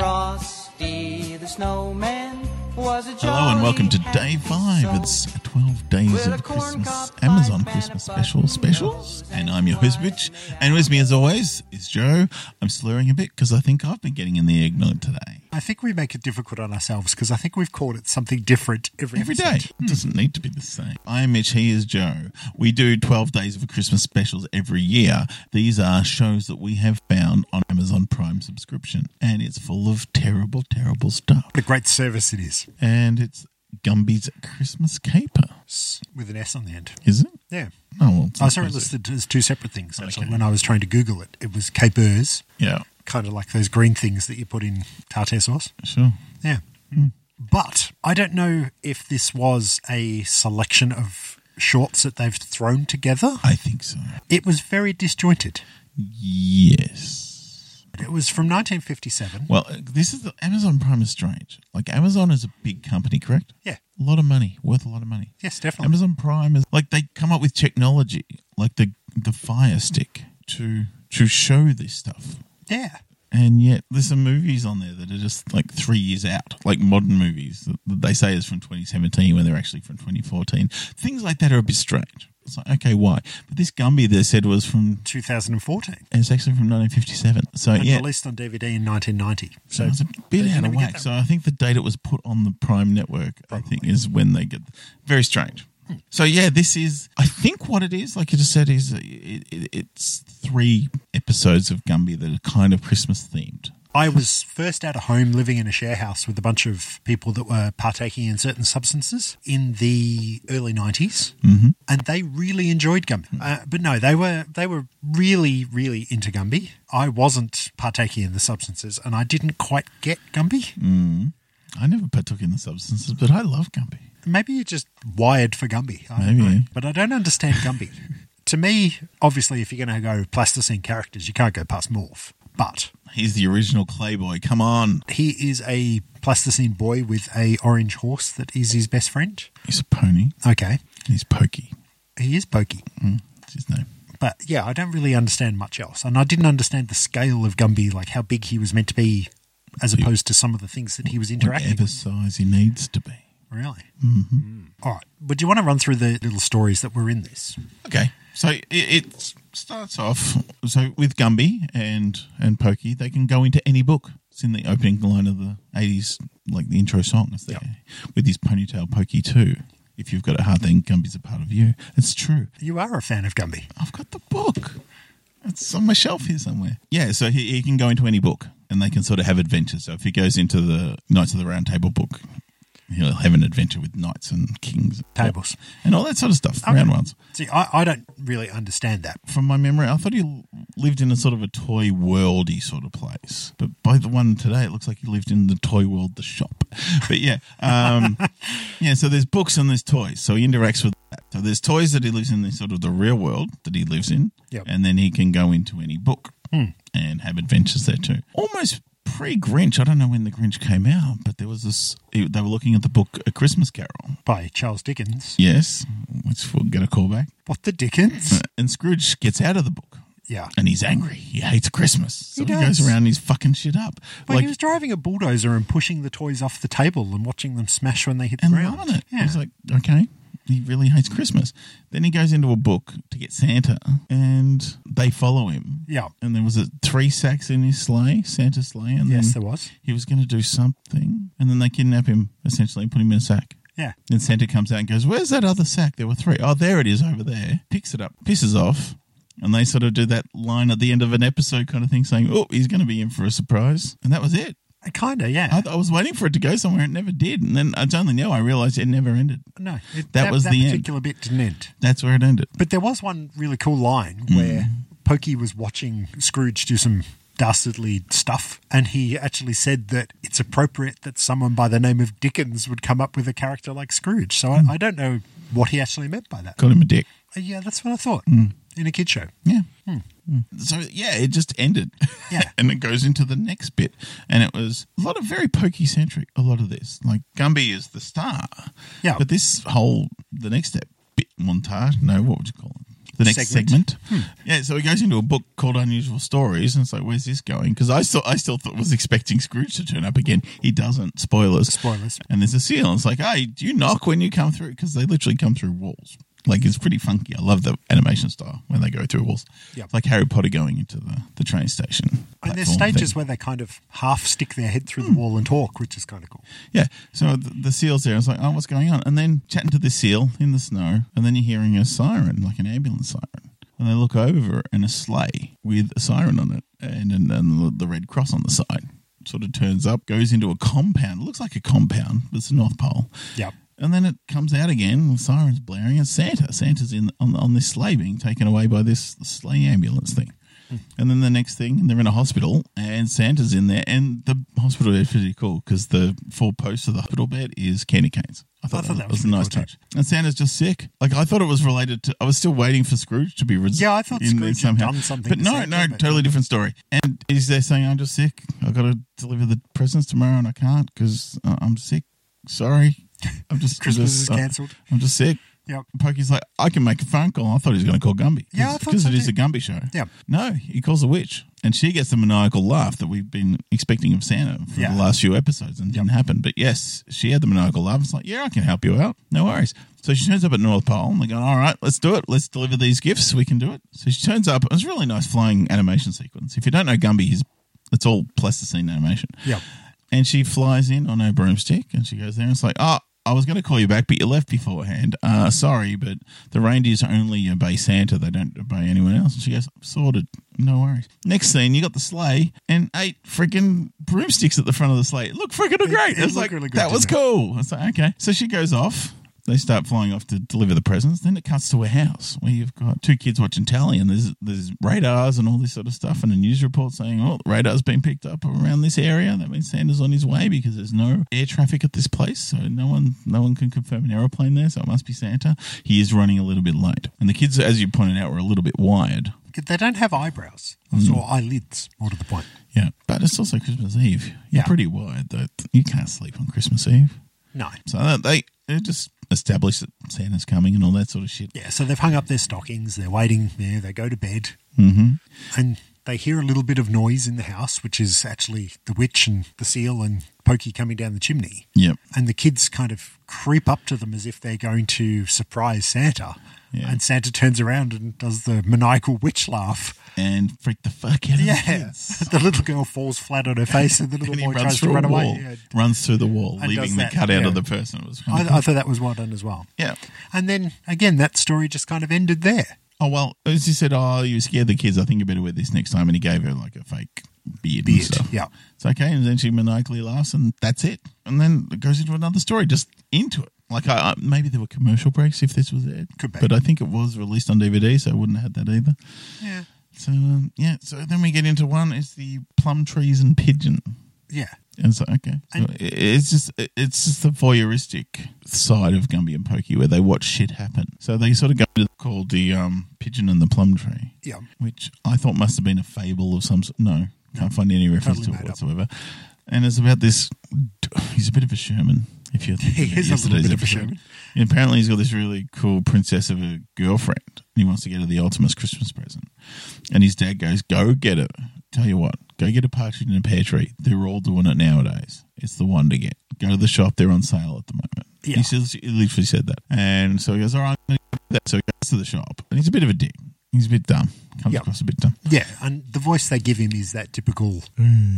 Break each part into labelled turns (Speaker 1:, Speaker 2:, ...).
Speaker 1: Frosty the Snowman was a
Speaker 2: Hello and welcome to
Speaker 1: jolly,
Speaker 2: day
Speaker 1: happy
Speaker 2: five.
Speaker 1: soul.
Speaker 2: It's 12 days
Speaker 1: With a
Speaker 2: of
Speaker 1: corn
Speaker 2: Christmas
Speaker 1: cob
Speaker 2: Amazon
Speaker 1: pipe and
Speaker 2: Christmas
Speaker 1: a
Speaker 2: special
Speaker 1: button
Speaker 2: specials.
Speaker 1: nose
Speaker 2: And
Speaker 1: and
Speaker 2: I'm your host, Rich. And with me, as always, is Joe. I'm slurring a bit because I think I've been getting in the eggnog today.
Speaker 3: I think we make it difficult on ourselves because I think we've called it something different every,
Speaker 2: Every day.
Speaker 3: episode.
Speaker 2: It doesn't need to be the same. I am Mitch. He is Joe. We do 12 days of Christmas specials every year. These are shows that we have found on Amazon Prime subscription. And it's full of terrible, terrible stuff.
Speaker 3: The great service it is,
Speaker 2: And it's Gumby's Christmas Caper,
Speaker 3: S- with an S on the end.
Speaker 2: is it?
Speaker 3: Yeah.
Speaker 2: Oh, well. it's
Speaker 3: I saw it
Speaker 2: supposed to-
Speaker 3: listed as two separate things actually.
Speaker 2: Okay.
Speaker 3: When I was trying to Google it, it was capers,
Speaker 2: Yeah,
Speaker 3: kind of like those green things that you put in tartare sauce.
Speaker 2: sure.
Speaker 3: Yeah.
Speaker 2: Hmm.
Speaker 3: But I don't know if this was a selection of shorts that they've thrown together.
Speaker 2: I think so.
Speaker 3: It was very disjointed.
Speaker 2: Yes.
Speaker 3: It was from 1957.
Speaker 2: Well, uh, this is the Amazon Prime is strange. Like Amazon is a big company, correct?
Speaker 3: Yeah.
Speaker 2: A lot of money, worth a lot of money.
Speaker 3: Yes, definitely.
Speaker 2: Amazon Prime is like they come up with technology, like the the Fire Stick, to to show this stuff.
Speaker 3: Yeah.
Speaker 2: And yet, there's some movies on there that are just like three years out, like modern movies that that they say is from 2017 when they're actually from 2014. Things like that are a bit strange. It's like, okay, why? But this Gumby they said was from
Speaker 3: 2014.
Speaker 2: And it's actually from 1957. So
Speaker 3: and
Speaker 2: yeah,
Speaker 3: released on DVD in 1990.
Speaker 2: so
Speaker 3: So
Speaker 2: it's a
Speaker 3: they
Speaker 2: bit
Speaker 3: didn't
Speaker 2: out of
Speaker 3: even get
Speaker 2: whack.
Speaker 3: that
Speaker 2: So I think the date it was put on the Prime Network, I think, is when they get very strange.
Speaker 3: Hmm.
Speaker 2: So yeah, this is I think what it is. Like you just said, is it, it, it's three episodes of Gumby that are kind of Christmas themed.
Speaker 3: I was first out of home living in a share house with a bunch of people that were partaking in certain substances in the early 90s
Speaker 2: Mm-hmm.
Speaker 3: and they really enjoyed Gumby. Uh, but no, they were they were really really into Gumby. I wasn't partaking in the substances and I didn't quite get Gumby.
Speaker 2: Mm. I never partook in the substances, but I love Gumby.
Speaker 3: Maybe you're just wired for Gumby. I don't
Speaker 2: Maybe.
Speaker 3: know. But I don't understand Gumby. to me, obviously if you're going to go plasticine characters, you can't go past Morph. But
Speaker 2: He's the original Clayboy. Come on,
Speaker 3: He is a plasticine boy with a orange horse that is his best friend.
Speaker 2: he's a pony.
Speaker 3: Okay,
Speaker 2: He's Pokey.
Speaker 3: he is pokey,
Speaker 2: That's his name.
Speaker 3: but yeah, I don't really understand much else, and I didn't understand the scale of Gumby, like how big he was meant to be, as opposed to some of the things that he was interacting.
Speaker 2: Whatever
Speaker 3: with.
Speaker 2: size he needs to be.
Speaker 3: Really. Mm-hmm. right, but do you want to run through the little stories that were in this?
Speaker 2: Okay, so it, it starts off so with Gumby and and Pokey, they can go into any book. It's in the opening line of the eighties, like the intro song. It's there with his ponytail Pokey too. If you've got a heart, then Gumby's a part of you. It's true.
Speaker 3: You are a fan of Gumby.
Speaker 2: I've got the book. It's on my shelf here somewhere. Yeah, so he, he can go into any book and they can sort of have adventures. So if he goes into the Knights of the Round Table book, he'll have an adventure with knights and kings.
Speaker 3: Tables.
Speaker 2: And all that sort of stuff, round ones.
Speaker 3: See, I, I don't really understand that.
Speaker 2: from my memory, I thought he l- lived in a sort of a toy worldy sort of place. But by the one today, it looks like he lived in the toy world, the shop. But yeah, um, yeah. So there's books and there's toys. So he interacts with that. So there's toys that he lives in, the sort of the real world that he lives in,
Speaker 3: Yep.
Speaker 2: and then he can go into any book and have adventures there too. Almost pre Grinch. I don't know when the Grinch came out, but there was this. They were looking at the book A Christmas Carol.
Speaker 3: By Charles Dickens.
Speaker 2: Yes, which we'll get a call back. Uh,
Speaker 3: What the Dickens?
Speaker 2: And Scrooge gets out of the book
Speaker 3: yeah.
Speaker 2: and he's angry. He hates Christmas. So he,
Speaker 3: He
Speaker 2: goes
Speaker 3: does.
Speaker 2: around and he's fucking shit up.
Speaker 3: But
Speaker 2: like,
Speaker 3: he was driving a bulldozer and pushing the toys off the table and watching them smash when they hit the
Speaker 2: and
Speaker 3: ground.
Speaker 2: loving it.
Speaker 3: Yeah.
Speaker 2: He's like, okay, he really hates Christmas. Then he goes into a book to get Santa and they follow him.
Speaker 3: Yeah.
Speaker 2: And there was a three sacks in his sleigh, Santa's sleigh. And
Speaker 3: yes,
Speaker 2: then
Speaker 3: there was.
Speaker 2: he was going to do something. And then they kidnap him, essentially, and put him in a sack.
Speaker 3: Yeah.
Speaker 2: Then Santa comes out and goes, Where's that other sack? There were three. Oh, there it is over there. Picks it up, pisses off. And they sort of do that line at the end of an episode kind of thing saying, Oh, he's going to be in for a surprise. And that was it.
Speaker 3: Kind of, Uh, yeah.
Speaker 2: I, I was waiting for it to go somewhere. It never did. And then I only now I realized it never ended.
Speaker 3: no, it,
Speaker 2: that was the end.
Speaker 3: particular bit didn't end.
Speaker 2: That's where it ended.
Speaker 3: But there was one really cool line
Speaker 2: Mm.
Speaker 3: where Pokey was watching Scrooge do some dastardly stuff, and he actually said that it's appropriate that someone by the name of Dickens would come up with a character like Scrooge. So
Speaker 2: Mm.
Speaker 3: I, I don't know what he actually meant by that. Uh,
Speaker 2: Got him a dick.
Speaker 3: Yeah, that's what I thought
Speaker 2: Mm.
Speaker 3: in a kid show.
Speaker 2: Yeah. Mm. So yeah, it just ended.
Speaker 3: Hmm. Yeah.
Speaker 2: and it goes into the next bit, and it was a lot of very pokey centric. A lot of this, like Gumby, is the star.
Speaker 3: Yeah.
Speaker 2: But this whole the next step bit montage. No, what would you call it? the next
Speaker 3: Segment. Hmm.
Speaker 2: segment. Yeah, so he goes into a book called Unusual Stories, and it's like, where's this going? Because I still, I still thought, was expecting Scrooge to turn up again. He doesn't. Spoilers.
Speaker 3: Spoilers.
Speaker 2: And there's a seal. And it's like, hey, do you knock when you come through? Because they literally come through walls. Like it's pretty funky. I love the animation style when they go through walls.
Speaker 3: Yep.
Speaker 2: It's like Harry Potter going into the, the train station.
Speaker 3: And there's
Speaker 2: platform
Speaker 3: stages
Speaker 2: thing.
Speaker 3: where they kind of half stick their head through the wall and talk, which is kind of cool.
Speaker 2: Yeah. So the, the seal's there. I was like, oh, what's going on? And then chatting to the seal in the snow. And then you're hearing a siren, like an ambulance siren. And they look over and a sleigh with a siren on it and, and, and the- the Red Cross on the side sort of turns up, goes into a compound. It looks like a compound, but it's the North Pole.
Speaker 3: Yep.
Speaker 2: And then it comes out again, the sirens blaring, and Santa. Santa's in on, on this sleigh being taken away by this sleigh ambulance thing. And then the next thing, they're in a hospital, and Santa's in there. And the hospital is pretty cool because the four posts of the hospital bed is candy canes. I thought, that, was, a
Speaker 3: pretty
Speaker 2: nice
Speaker 3: cool, too.
Speaker 2: touch. And Santa's just sick. Like I thought it was related to. I was still waiting for Scrooge to be. Res-
Speaker 3: Yeah, I thought
Speaker 2: in there
Speaker 3: Scrooge had done something
Speaker 2: But
Speaker 3: to
Speaker 2: no,
Speaker 3: Santa,
Speaker 2: no,
Speaker 3: but-
Speaker 2: totally different story. And he's there saying, "I'm just sick. I got to deliver the presents tomorrow, and I can't because I'm sick. Sorry, I'm just
Speaker 3: Christmas
Speaker 2: just-
Speaker 3: is
Speaker 2: uh,
Speaker 3: cancelled.
Speaker 2: I'm just sick."
Speaker 3: Yep.
Speaker 2: Pokey's like, "I can make a phone call." I thought he was going to call Gumby.
Speaker 3: Yeah, I thought
Speaker 2: because
Speaker 3: so
Speaker 2: it is
Speaker 3: too.
Speaker 2: a Gumby show.
Speaker 3: Yeah.
Speaker 2: No, he calls the witch, and she gets the maniacal laugh that we've been expecting of Santa for
Speaker 3: Yeah.
Speaker 2: the last few episodes, and it didn't happen. But yes, she had the maniacal laugh. It's like, "Yeah, I can help you out. No worries." So she turns up at North Pole, and they go, "All right, let's do it. Let's deliver these gifts. We can do it." So she turns up. It's a really nice flying animation sequence. If you don't know Gumby, he's it's all plasticine animation.
Speaker 3: Yep.
Speaker 2: And she flies in on her broomstick and she goes there and it's like, oh, I was going to call you back, but you left beforehand. Uh, sorry, but the reindeers only obey Santa. They don't obey anyone else. And she goes, sorted. No worries. Next scene, you got the sleigh and eight freaking broomsticks at the front of the sleigh. Look freaking great.
Speaker 3: it
Speaker 2: It, was
Speaker 3: looked
Speaker 2: like,
Speaker 3: really good,
Speaker 2: that was
Speaker 3: didn't
Speaker 2: cool. I was like, okay. So she goes off. They start flying off to deliver the presents. Then it cuts to a house where you've got two kids watching telly, and there's there's radars and all this sort of stuff, and a news report saying, "Oh, the radar's been picked up around this area. That means Santa's on his way because there's no air traffic at this place, so no one no one can confirm an aeroplane there. So it must be Santa. He is running a little bit late, and the kids, as you pointed out, were a little bit wired.
Speaker 3: They don't have eyebrows or eyelids, Mm. more to the point.
Speaker 2: Yeah, but it's also Christmas Eve. You're
Speaker 3: Yeah.
Speaker 2: pretty wired though. You can't sleep on Christmas Eve.
Speaker 3: No.
Speaker 2: So that they they just established that Santa's coming and all that sort of shit.
Speaker 3: Yeah, so they've hung up their stockings, they're waiting there, they go to bed. Mm-hmm. And they hear a little bit of noise in the house, which is actually the witch and the seal and Pokey coming down the chimney.
Speaker 2: Yep.
Speaker 3: And the kids kind of creep up to them as if they're going to surprise Santa.
Speaker 2: Yeah.
Speaker 3: And Santa turns around and does the maniacal witch laugh.
Speaker 2: And freak the fuck out of
Speaker 3: Yeah.
Speaker 2: the kids.
Speaker 3: The little girl falls flat on her face and the little
Speaker 2: And he
Speaker 3: boy
Speaker 2: runs
Speaker 3: tries to
Speaker 2: through
Speaker 3: run
Speaker 2: a
Speaker 3: away.
Speaker 2: wall.
Speaker 3: Yeah.
Speaker 2: Runs through the wall,
Speaker 3: And does
Speaker 2: leaving the
Speaker 3: that,
Speaker 2: cutout
Speaker 3: yeah.
Speaker 2: of the person. It was kind of
Speaker 3: I, I thought that was well done as well.
Speaker 2: yeah.
Speaker 3: And then again, that story just kind of ended there.
Speaker 2: Oh well, as he said, oh, you scared the kids. I think you better wear this next time. And he gave her like a fake beard.
Speaker 3: Beard,
Speaker 2: and stuff.
Speaker 3: yeah.
Speaker 2: It's okay. And then she maniacally laughs, and that's it. And then it goes into another story, just into it. Like I, I maybe there were commercial breaks if this was it,
Speaker 3: Could be.
Speaker 2: but I think it was released on DVD, so I wouldn't have had that either.
Speaker 3: Yeah.
Speaker 2: So um, yeah, so then we get into one is the plum trees and pigeon.
Speaker 3: Yeah.
Speaker 2: And so okay, so
Speaker 3: And-
Speaker 2: it- it's just it- it's just the voyeuristic side of Gumby and Pokey where they watch shit happen. So they sort of go to called the um, pigeon and the plum tree,
Speaker 3: Yeah.
Speaker 2: which I thought must have been a fable of some sort. No, can't find any reference
Speaker 3: Totally
Speaker 2: to it
Speaker 3: made up.
Speaker 2: whatsoever. And it's about this. He's a bit of a Sherman. If you're thinking
Speaker 3: He
Speaker 2: about
Speaker 3: is a little
Speaker 2: yesterday's
Speaker 3: bit of a
Speaker 2: episode.
Speaker 3: Sherman.
Speaker 2: And apparently, he's got this really cool princess of a girlfriend. and He wants to get her the ultimate Christmas present. And his dad goes, Go get it. Tell you what, go get a partridge in a pear tree. They're all doing it nowadays. It's the one to get. Go to the shop. They're on sale at the moment.
Speaker 3: Yeah.
Speaker 2: He, says, he literally said that. And so he goes, All right, I'm going to get that. So he goes to the shop. And he's a bit of a dick. He's a bit dumb. Comes
Speaker 3: Yeah.
Speaker 2: across a bit dumb.
Speaker 3: Yeah. And the voice they give him is that typical,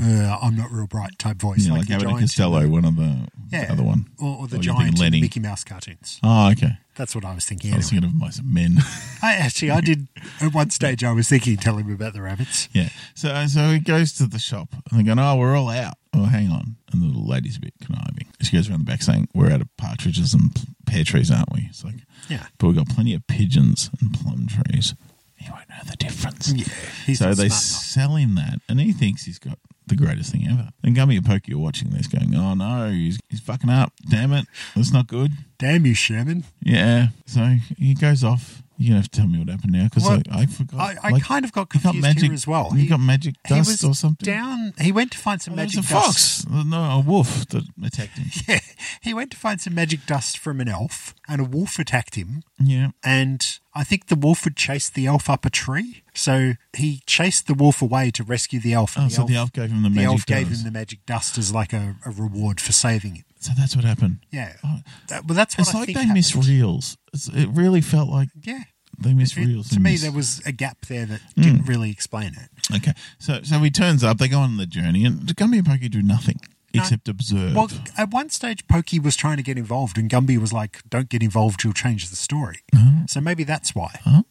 Speaker 3: uh, I'm not real bright type voice.
Speaker 2: Mm. Yeah, like,
Speaker 3: the
Speaker 2: Abbott and
Speaker 3: giant-
Speaker 2: Costello, one of the,
Speaker 3: Yeah.
Speaker 2: the other one.
Speaker 3: Or, or the
Speaker 2: Oh, you're thinking
Speaker 3: giant in
Speaker 2: Lenny.
Speaker 3: the Mickey Mouse cartoons.
Speaker 2: Oh, okay.
Speaker 3: That's what I was thinking.
Speaker 2: I
Speaker 3: Anyway.
Speaker 2: was thinking of Mice and Men.
Speaker 3: I actually, I did at one stage. I was thinking, tell him about the rabbits.
Speaker 2: yeah. So uh, so he goes to the shop and they're going, oh, we're all out. Oh, hang on. And the little lady's a bit conniving. She goes around the back saying, we're out of partridges and p- pear trees, aren't we? It's like,
Speaker 3: Yeah.
Speaker 2: But we've got plenty of pigeons and plum trees. He won't know the difference.
Speaker 3: Yeah, he's
Speaker 2: so
Speaker 3: not
Speaker 2: they
Speaker 3: smart enough.
Speaker 2: sell him that, and he thinks he's got the greatest thing ever. And Gummy and Pokey are watching this, going, "Oh no, he's, he's fucking up! Damn it, that's not good."
Speaker 3: Damn you, Sherman!
Speaker 2: Yeah. So he goes off You're gonna have to tell me what happened now because
Speaker 3: Well,
Speaker 2: I, I forgot.
Speaker 3: I, I
Speaker 2: Like,
Speaker 3: kind of got
Speaker 2: you got
Speaker 3: confused
Speaker 2: magic
Speaker 3: here as well.
Speaker 2: You got magic dust
Speaker 3: was
Speaker 2: or something.
Speaker 3: Down, he went to find some
Speaker 2: Oh, there was
Speaker 3: magic
Speaker 2: a
Speaker 3: dust.
Speaker 2: fox. Uh, No, a wolf that attacked him.
Speaker 3: Yeah, he went to find some magic dust from an elf, and a wolf attacked him.
Speaker 2: Yeah.
Speaker 3: And I think the wolf had chased the elf up a tree, so he chased the wolf away to rescue the elf. and
Speaker 2: Oh, so the elf gave him the
Speaker 3: the
Speaker 2: magic
Speaker 3: elf gave
Speaker 2: dust.
Speaker 3: him the magic dust as like a, a reward for saving him.
Speaker 2: so that's what happened.
Speaker 3: Yeah,
Speaker 2: Oh.
Speaker 3: That- well, that's what
Speaker 2: It's
Speaker 3: I
Speaker 2: like
Speaker 3: think
Speaker 2: they
Speaker 3: happened.
Speaker 2: miss reels. It's, it really felt like
Speaker 3: Yeah,
Speaker 2: they miss
Speaker 3: It-
Speaker 2: reels.
Speaker 3: to
Speaker 2: in
Speaker 3: me
Speaker 2: this.
Speaker 3: there was a gap there that
Speaker 2: Hmm.
Speaker 3: didn't really explain it.
Speaker 2: Okay, so so he turns up. They go on the journey, and Gumby and Pokey do nothing except observe.
Speaker 3: Well, at one stage, Pokey was trying to get involved, and Gumby was like, "Don't get involved; you'll change the story." So maybe that's why.
Speaker 2: Oh,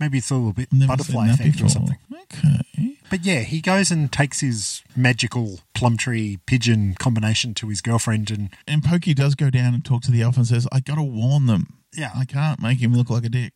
Speaker 3: Maybe it's a little bit
Speaker 2: I've never
Speaker 3: butterfly
Speaker 2: seen that
Speaker 3: effect
Speaker 2: before.
Speaker 3: or something.
Speaker 2: Okay,
Speaker 3: But yeah, he goes and takes his magical plum tree pigeon combination to his girlfriend, and
Speaker 2: and Pokey does go down and talk to the elf and says, "I got to warn them.
Speaker 3: Yeah.
Speaker 2: I can't make him look like a dick."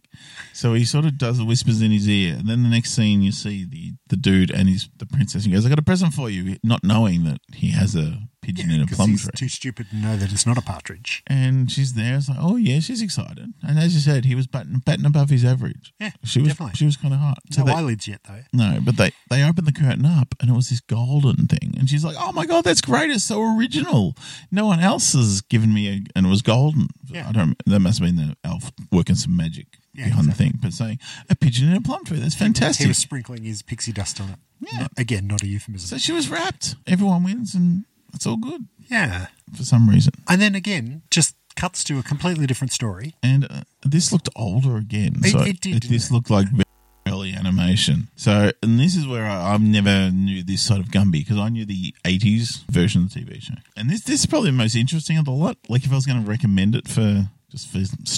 Speaker 2: So he sort of does the whispers in his ear, and then the next scene you see the the dude and his the princess, and he goes, "I got a present for you," not knowing that he has a pigeon in a
Speaker 3: because
Speaker 2: plum
Speaker 3: he's
Speaker 2: tree.
Speaker 3: too stupid to know that it's not a partridge.
Speaker 2: and she's there. It's like, oh yeah, she's excited. And as you said, he was batting, batting above his average.
Speaker 3: Yeah,
Speaker 2: she was.
Speaker 3: definitely.
Speaker 2: She was kind of hot.
Speaker 3: No
Speaker 2: they-
Speaker 3: eyelids yet, though.
Speaker 2: no, but they they opened the curtain up, and it was this golden thing. And she's like, oh my god, that's great! It's so original. No one else has given me a, and it was golden.
Speaker 3: Yeah.
Speaker 2: I don't. That must have been the elf working some magic.
Speaker 3: Yeah,
Speaker 2: behind the thing, but saying a pigeon in a plum tree. That's fantastic.
Speaker 3: He was sprinkling his pixie dust on it.
Speaker 2: Yeah.
Speaker 3: Not- again, not a euphemism.
Speaker 2: so she was wrapped. Everyone wins, and it's all good
Speaker 3: yeah,
Speaker 2: for some reason.
Speaker 3: and then again, just cuts to a completely different story.
Speaker 2: and uh, this looked older again.
Speaker 3: It-
Speaker 2: so
Speaker 3: it did, didn't
Speaker 2: this
Speaker 3: it?
Speaker 2: looked like very early animation. So, and this is where I, I've never knew this side of Gumby because I knew the '80s version of the TV show, and this this is probably the most interesting of the lot. Like, if I was going to recommend it for just for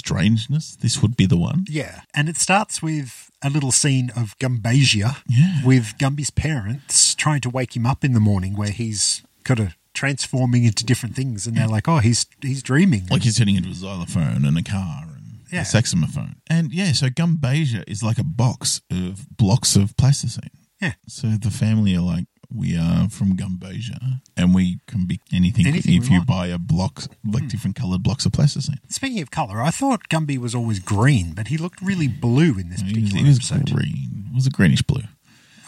Speaker 2: strangeness, this would be the one.
Speaker 3: Yeah, and it starts with a little scene of Gumbasia
Speaker 2: Yeah.
Speaker 3: with Gumby's parents trying to wake him up in the morning, where he's kind of transforming into different things, and they're like, "Oh, he's he's dreaming."
Speaker 2: Like he's turning into a xylophone and a car and
Speaker 3: Yeah.
Speaker 2: a saxophone, and yeah. So Gumbasia is like a box of blocks of plasticine.
Speaker 3: yeah,
Speaker 2: So the family are like, we are from Gumbasia, and we can be anything,
Speaker 3: Anything
Speaker 2: if
Speaker 3: we
Speaker 2: you
Speaker 3: want." Hmm.
Speaker 2: buy a block, like different coloured blocks of plasticine.
Speaker 3: Speaking of color, I thought Gumby was always green, but he looked really blue in this
Speaker 2: It was,
Speaker 3: particular
Speaker 2: it was
Speaker 3: episode.
Speaker 2: green. It was a greenish blue.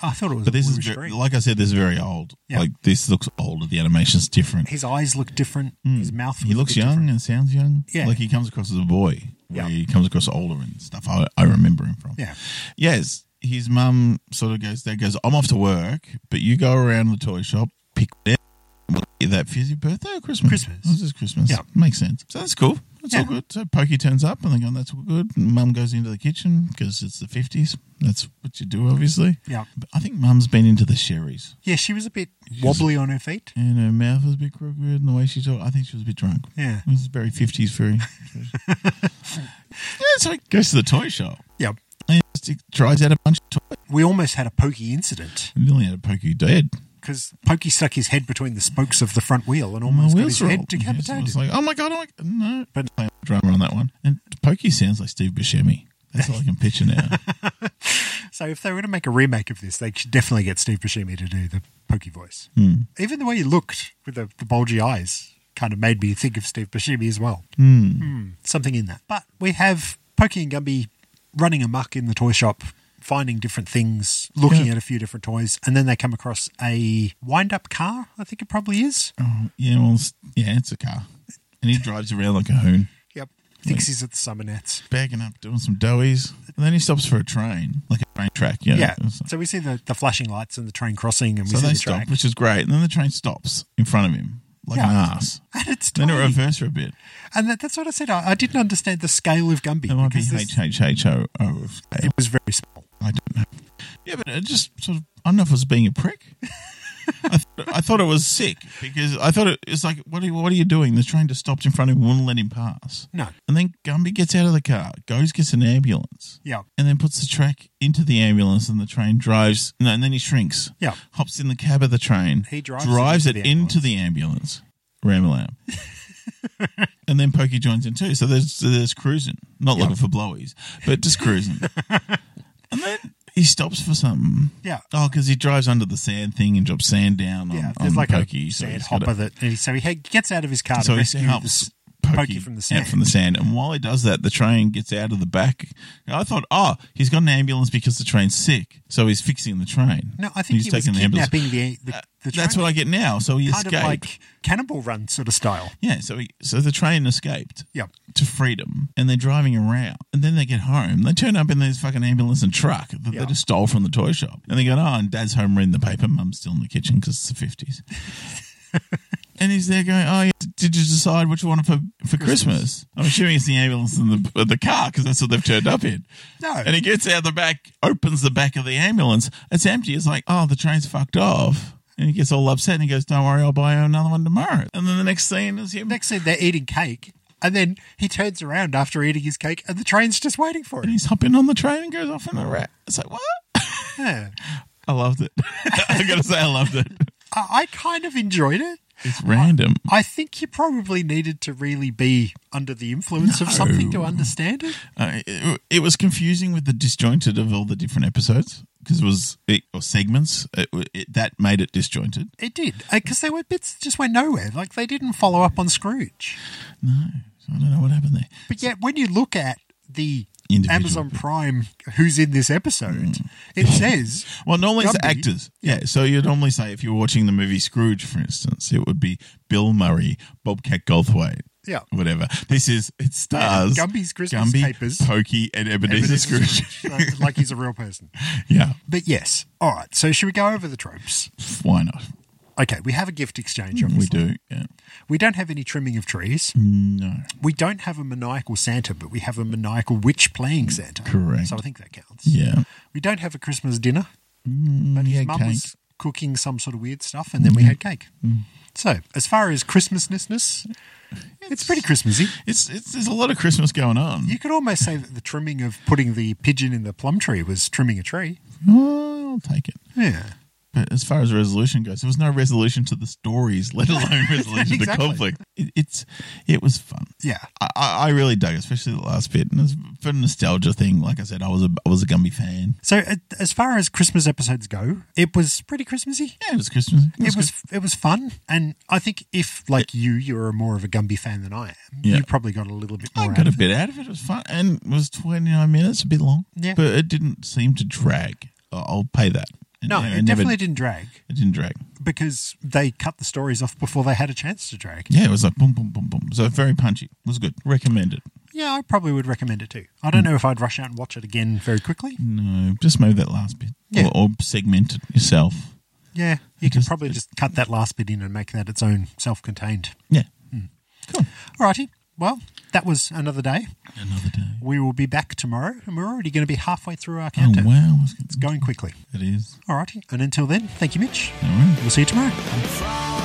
Speaker 3: I thought it was,
Speaker 2: But this is,
Speaker 3: bluish
Speaker 2: very,
Speaker 3: green.
Speaker 2: like I said, this is very old.
Speaker 3: Yeah.
Speaker 2: Like this looks older. The animation's different.
Speaker 3: His eyes look different. His mouth.
Speaker 2: Hmm. He
Speaker 3: was a
Speaker 2: looks
Speaker 3: bit
Speaker 2: young
Speaker 3: different.
Speaker 2: and sounds young.
Speaker 3: Yeah.
Speaker 2: Like he comes across as a boy. where
Speaker 3: Yeah.
Speaker 2: He comes across older and stuff. I, I remember him from.
Speaker 3: Yeah.
Speaker 2: Yes. His mum sort of goes, Dad goes, I'm off to work, but you go around the toy shop, pick whatever- that for your birthday or Christmas?
Speaker 3: Christmas.
Speaker 2: This is Christmas.
Speaker 3: Yeah.
Speaker 2: Makes sense. So that's cool. That's all
Speaker 3: Yeah.
Speaker 2: good. So Pokey turns up and they go, that's all good. And Mum goes into the kitchen because it's the 50s. That's what you do, obviously.
Speaker 3: Yeah.
Speaker 2: But I think Mum's been into the sherries
Speaker 3: Yeah, she was a bit wobbly on her feet.
Speaker 2: and her mouth was a bit crooked and the way she talked, I think she was a bit drunk.
Speaker 3: Yeah.
Speaker 2: It was very 50s, very. yeah, so he goes to the toy shop
Speaker 3: Yeah,
Speaker 2: and he tries out a bunch of toys.
Speaker 3: we almost had a pokey incident
Speaker 2: Nearly had a pokey dead.
Speaker 3: because Pokey stuck his head between the spokes of the front wheel and
Speaker 2: My
Speaker 3: almost got
Speaker 2: wheels
Speaker 3: his
Speaker 2: are
Speaker 3: head
Speaker 2: old. Yes, I
Speaker 3: decapitated.
Speaker 2: was like, oh my God, oh my God. No.
Speaker 3: But-
Speaker 2: But drama on that one. And pokey sounds like Steve Buscemi. That's all I can picture now.
Speaker 3: So if they were to make a remake of this, they should definitely get Steve Buscemi to do the pokey voice.
Speaker 2: Hmm.
Speaker 3: Even the way he looked with the, the bulgy eyes kind of made me think of Steve Buscemi as well. Hmm, something in that. But we have Pokey and Gumby running amok in the toy shop, finding different things, looking
Speaker 2: Yeah.
Speaker 3: at a few different toys, and then they come across a wind-up car. I think it probably is.
Speaker 2: oh, yeah, well, it's- yeah, it's a car. And he drives around like a hoon,
Speaker 3: Yep. Thinks he's at the summer nets.
Speaker 2: bagging up, doing some doughies. And then he stops for a train, like a train track. You know?
Speaker 3: Yeah.
Speaker 2: It's like-
Speaker 3: So we see the, the flashing lights and the train crossing, and
Speaker 2: Mm-hmm.
Speaker 3: we
Speaker 2: So
Speaker 3: see
Speaker 2: they
Speaker 3: the
Speaker 2: stop,
Speaker 3: track.
Speaker 2: which is great. And then the train stops in front of him, like
Speaker 3: Yeah.
Speaker 2: an ass.
Speaker 3: And it's
Speaker 2: Then it
Speaker 3: tiny.
Speaker 2: reverses for a bit.
Speaker 3: And that, that's what I said. I, I didn't understand the scale of Gumby
Speaker 2: It might be
Speaker 3: because this,
Speaker 2: H H H O O. of A.
Speaker 3: it was very small.
Speaker 2: I don't know. Yeah, but it just sort of. I don't know if it was being a prick. I, th- I thought it was sick because I thought it, it's like, what are, you, what are you doing? The train just stopped in front of him, wouldn't let him pass.
Speaker 3: No.
Speaker 2: And then Gumby gets out of the car, goes gets an ambulance,
Speaker 3: Yeah.
Speaker 2: and then puts the track into the ambulance, and the train drives. No, and then he shrinks.
Speaker 3: Yeah.
Speaker 2: hops in the cab of the train.
Speaker 3: He drives it
Speaker 2: it
Speaker 3: into the
Speaker 2: into the ambulance. Ramalam. and then Pokey joins in too. So there's so there's cruising, not looking for blowies, but just cruising. and then he stops for something.
Speaker 3: Yeah.
Speaker 2: Oh, because he drives under the sand thing and drops sand down on,
Speaker 3: Yeah.
Speaker 2: on
Speaker 3: There's like
Speaker 2: Pokey.
Speaker 3: a
Speaker 2: so
Speaker 3: sand
Speaker 2: he's gotta-
Speaker 3: hopper that. and he- So he had- gets out of his car
Speaker 2: so
Speaker 3: to
Speaker 2: he
Speaker 3: rescue
Speaker 2: helps
Speaker 3: this
Speaker 2: pokey,
Speaker 3: from the
Speaker 2: out
Speaker 3: sand.
Speaker 2: from the sand. And while he does that, the train gets out of the back. I thought, oh, he's got an ambulance because the train's sick, so he's fixing the train.
Speaker 3: No, I think he was kidnapping the, the, the train.
Speaker 2: Uh, That's what I get now. So he
Speaker 3: kind
Speaker 2: escaped.
Speaker 3: of like cannibal run sort of style.
Speaker 2: yeah, so he, so the train escaped.
Speaker 3: Yep.
Speaker 2: to freedom and they're driving around and then they get home. They turn up in this fucking ambulance and truck that
Speaker 3: Yeah.
Speaker 2: they just stole from the toy shop. And they go, oh, and dad's home reading the paper. Mum's still in the kitchen because it's the 50s. and he's there going, oh, yeah, did you decide what you wanted for, for Christmas? I'm assuming it's the ambulance and the, the car because that's what they've turned up in.
Speaker 3: No.
Speaker 2: And he gets out the back, opens the back of the ambulance. It's empty. It's like, oh, the train's fucked off. And he gets all upset and he goes, don't worry, I'll buy you another one tomorrow. And then the next scene is him
Speaker 3: Next thing they're eating cake, and then he turns around after eating his cake, and the train's just waiting for
Speaker 2: and
Speaker 3: him.
Speaker 2: he's hopping on the train and goes off in a rat. It's like what?
Speaker 3: Yeah.
Speaker 2: I loved it. I gotta say, I loved it.
Speaker 3: I, I kind of enjoyed it.
Speaker 2: It's random.
Speaker 3: I think you probably needed to really be under the influence of something to understand it.
Speaker 2: Uh, it, it was confusing with the disjointed of all the different episodes because it was it, or segments. It, it, that made it disjointed.
Speaker 3: It did, because there were bits that just went nowhere. Like they didn't follow up on Scrooge.
Speaker 2: So I don't know what happened there.
Speaker 3: But yet, when you look at the
Speaker 2: Individual Hmm.
Speaker 3: Amazon Prime, who's in this episode, it says
Speaker 2: Well, normally it's the
Speaker 3: Gumby.
Speaker 2: actors. Yeah. So you'd normally say if you were watching the movie Scrooge, for instance, it would be Bill Murray, Bobcat Goldthwait.
Speaker 3: Yeah.
Speaker 2: Whatever. This is it stars
Speaker 3: Gumby's Christmas Papers.
Speaker 2: Pokey, and Ebenezer,
Speaker 3: Ebenezer
Speaker 2: Scrooge.
Speaker 3: Scrooge, like he's a real person.
Speaker 2: yeah.
Speaker 3: But yes, all right. So should we go over the tropes?
Speaker 2: Why not?
Speaker 3: Okay, we have a gift exchange.
Speaker 2: Hmm, We
Speaker 3: Obviously.
Speaker 2: do. Hmm. Yeah.
Speaker 3: We don't have any trimming of trees.
Speaker 2: No.
Speaker 3: We don't have a maniacal Santa, but we have a maniacal witch playing Santa.
Speaker 2: Correct.
Speaker 3: So I think that counts.
Speaker 2: Yeah.
Speaker 3: We don't have a Christmas dinner, but
Speaker 2: Mm, yeah,
Speaker 3: his mum
Speaker 2: cake. Mm.
Speaker 3: was cooking some sort of weird stuff, and then we had cake. So as far as Christmasness, it's pretty Christmassy.
Speaker 2: It's, it's there's a lot of Christmas going on.
Speaker 3: You could almost say that the trimming of putting the pigeon in the plum tree was trimming a tree.
Speaker 2: Oh, I'll take it.
Speaker 3: Yeah.
Speaker 2: But as far as resolution goes, there was no resolution to the stories, let alone resolution to
Speaker 3: Exactly.
Speaker 2: conflict. It, it's it was fun.
Speaker 3: Yeah.
Speaker 2: I, I I really dug, it, especially the last bit, and it's for a nostalgia thing. Like I said, I was a I was a Gumby fan.
Speaker 3: So a- as far as Christmas episodes go, it was pretty Christmassy.
Speaker 2: Yeah, it was Christmas.
Speaker 3: It was
Speaker 2: good.
Speaker 3: it was fun, and I think if like you, you're more of a Gumby fan than I am.
Speaker 2: Yeah.
Speaker 3: You probably got a little bit more.
Speaker 2: I
Speaker 3: out
Speaker 2: got a
Speaker 3: of it.
Speaker 2: bit out of it. It was fun, and it was twenty nine minutes, a bit long.
Speaker 3: Yeah.
Speaker 2: but it didn't seem to drag. I- I'll pay that. And-
Speaker 3: No,
Speaker 2: and
Speaker 3: it
Speaker 2: never-
Speaker 3: definitely didn't drag
Speaker 2: It didn't drag.
Speaker 3: because they cut the stories off before they had a chance to drag.
Speaker 2: Yeah, it was like boom, boom, boom, boom. So very punchy. It was good. Recommended.
Speaker 3: Yeah, I probably would recommend it too. I don't know if I'd rush out and watch it again very quickly.
Speaker 2: No, just move that last bit.
Speaker 3: Yeah.
Speaker 2: Or, or segment it yourself.
Speaker 3: Yeah, you could
Speaker 2: Just-
Speaker 3: probably just cut that last bit in and make that its own self-contained.
Speaker 2: Yeah. Cool.
Speaker 3: Alrighty, well, that was another day.
Speaker 2: Another day.
Speaker 3: We will be back tomorrow, and we're already going to be halfway through our
Speaker 2: Oh,
Speaker 3: countdown.
Speaker 2: wow.
Speaker 3: It's going quickly.
Speaker 2: It is.
Speaker 3: Alrighty, and until then, thank you, Mitch.
Speaker 2: All right.
Speaker 3: We'll see you tomorrow.
Speaker 1: From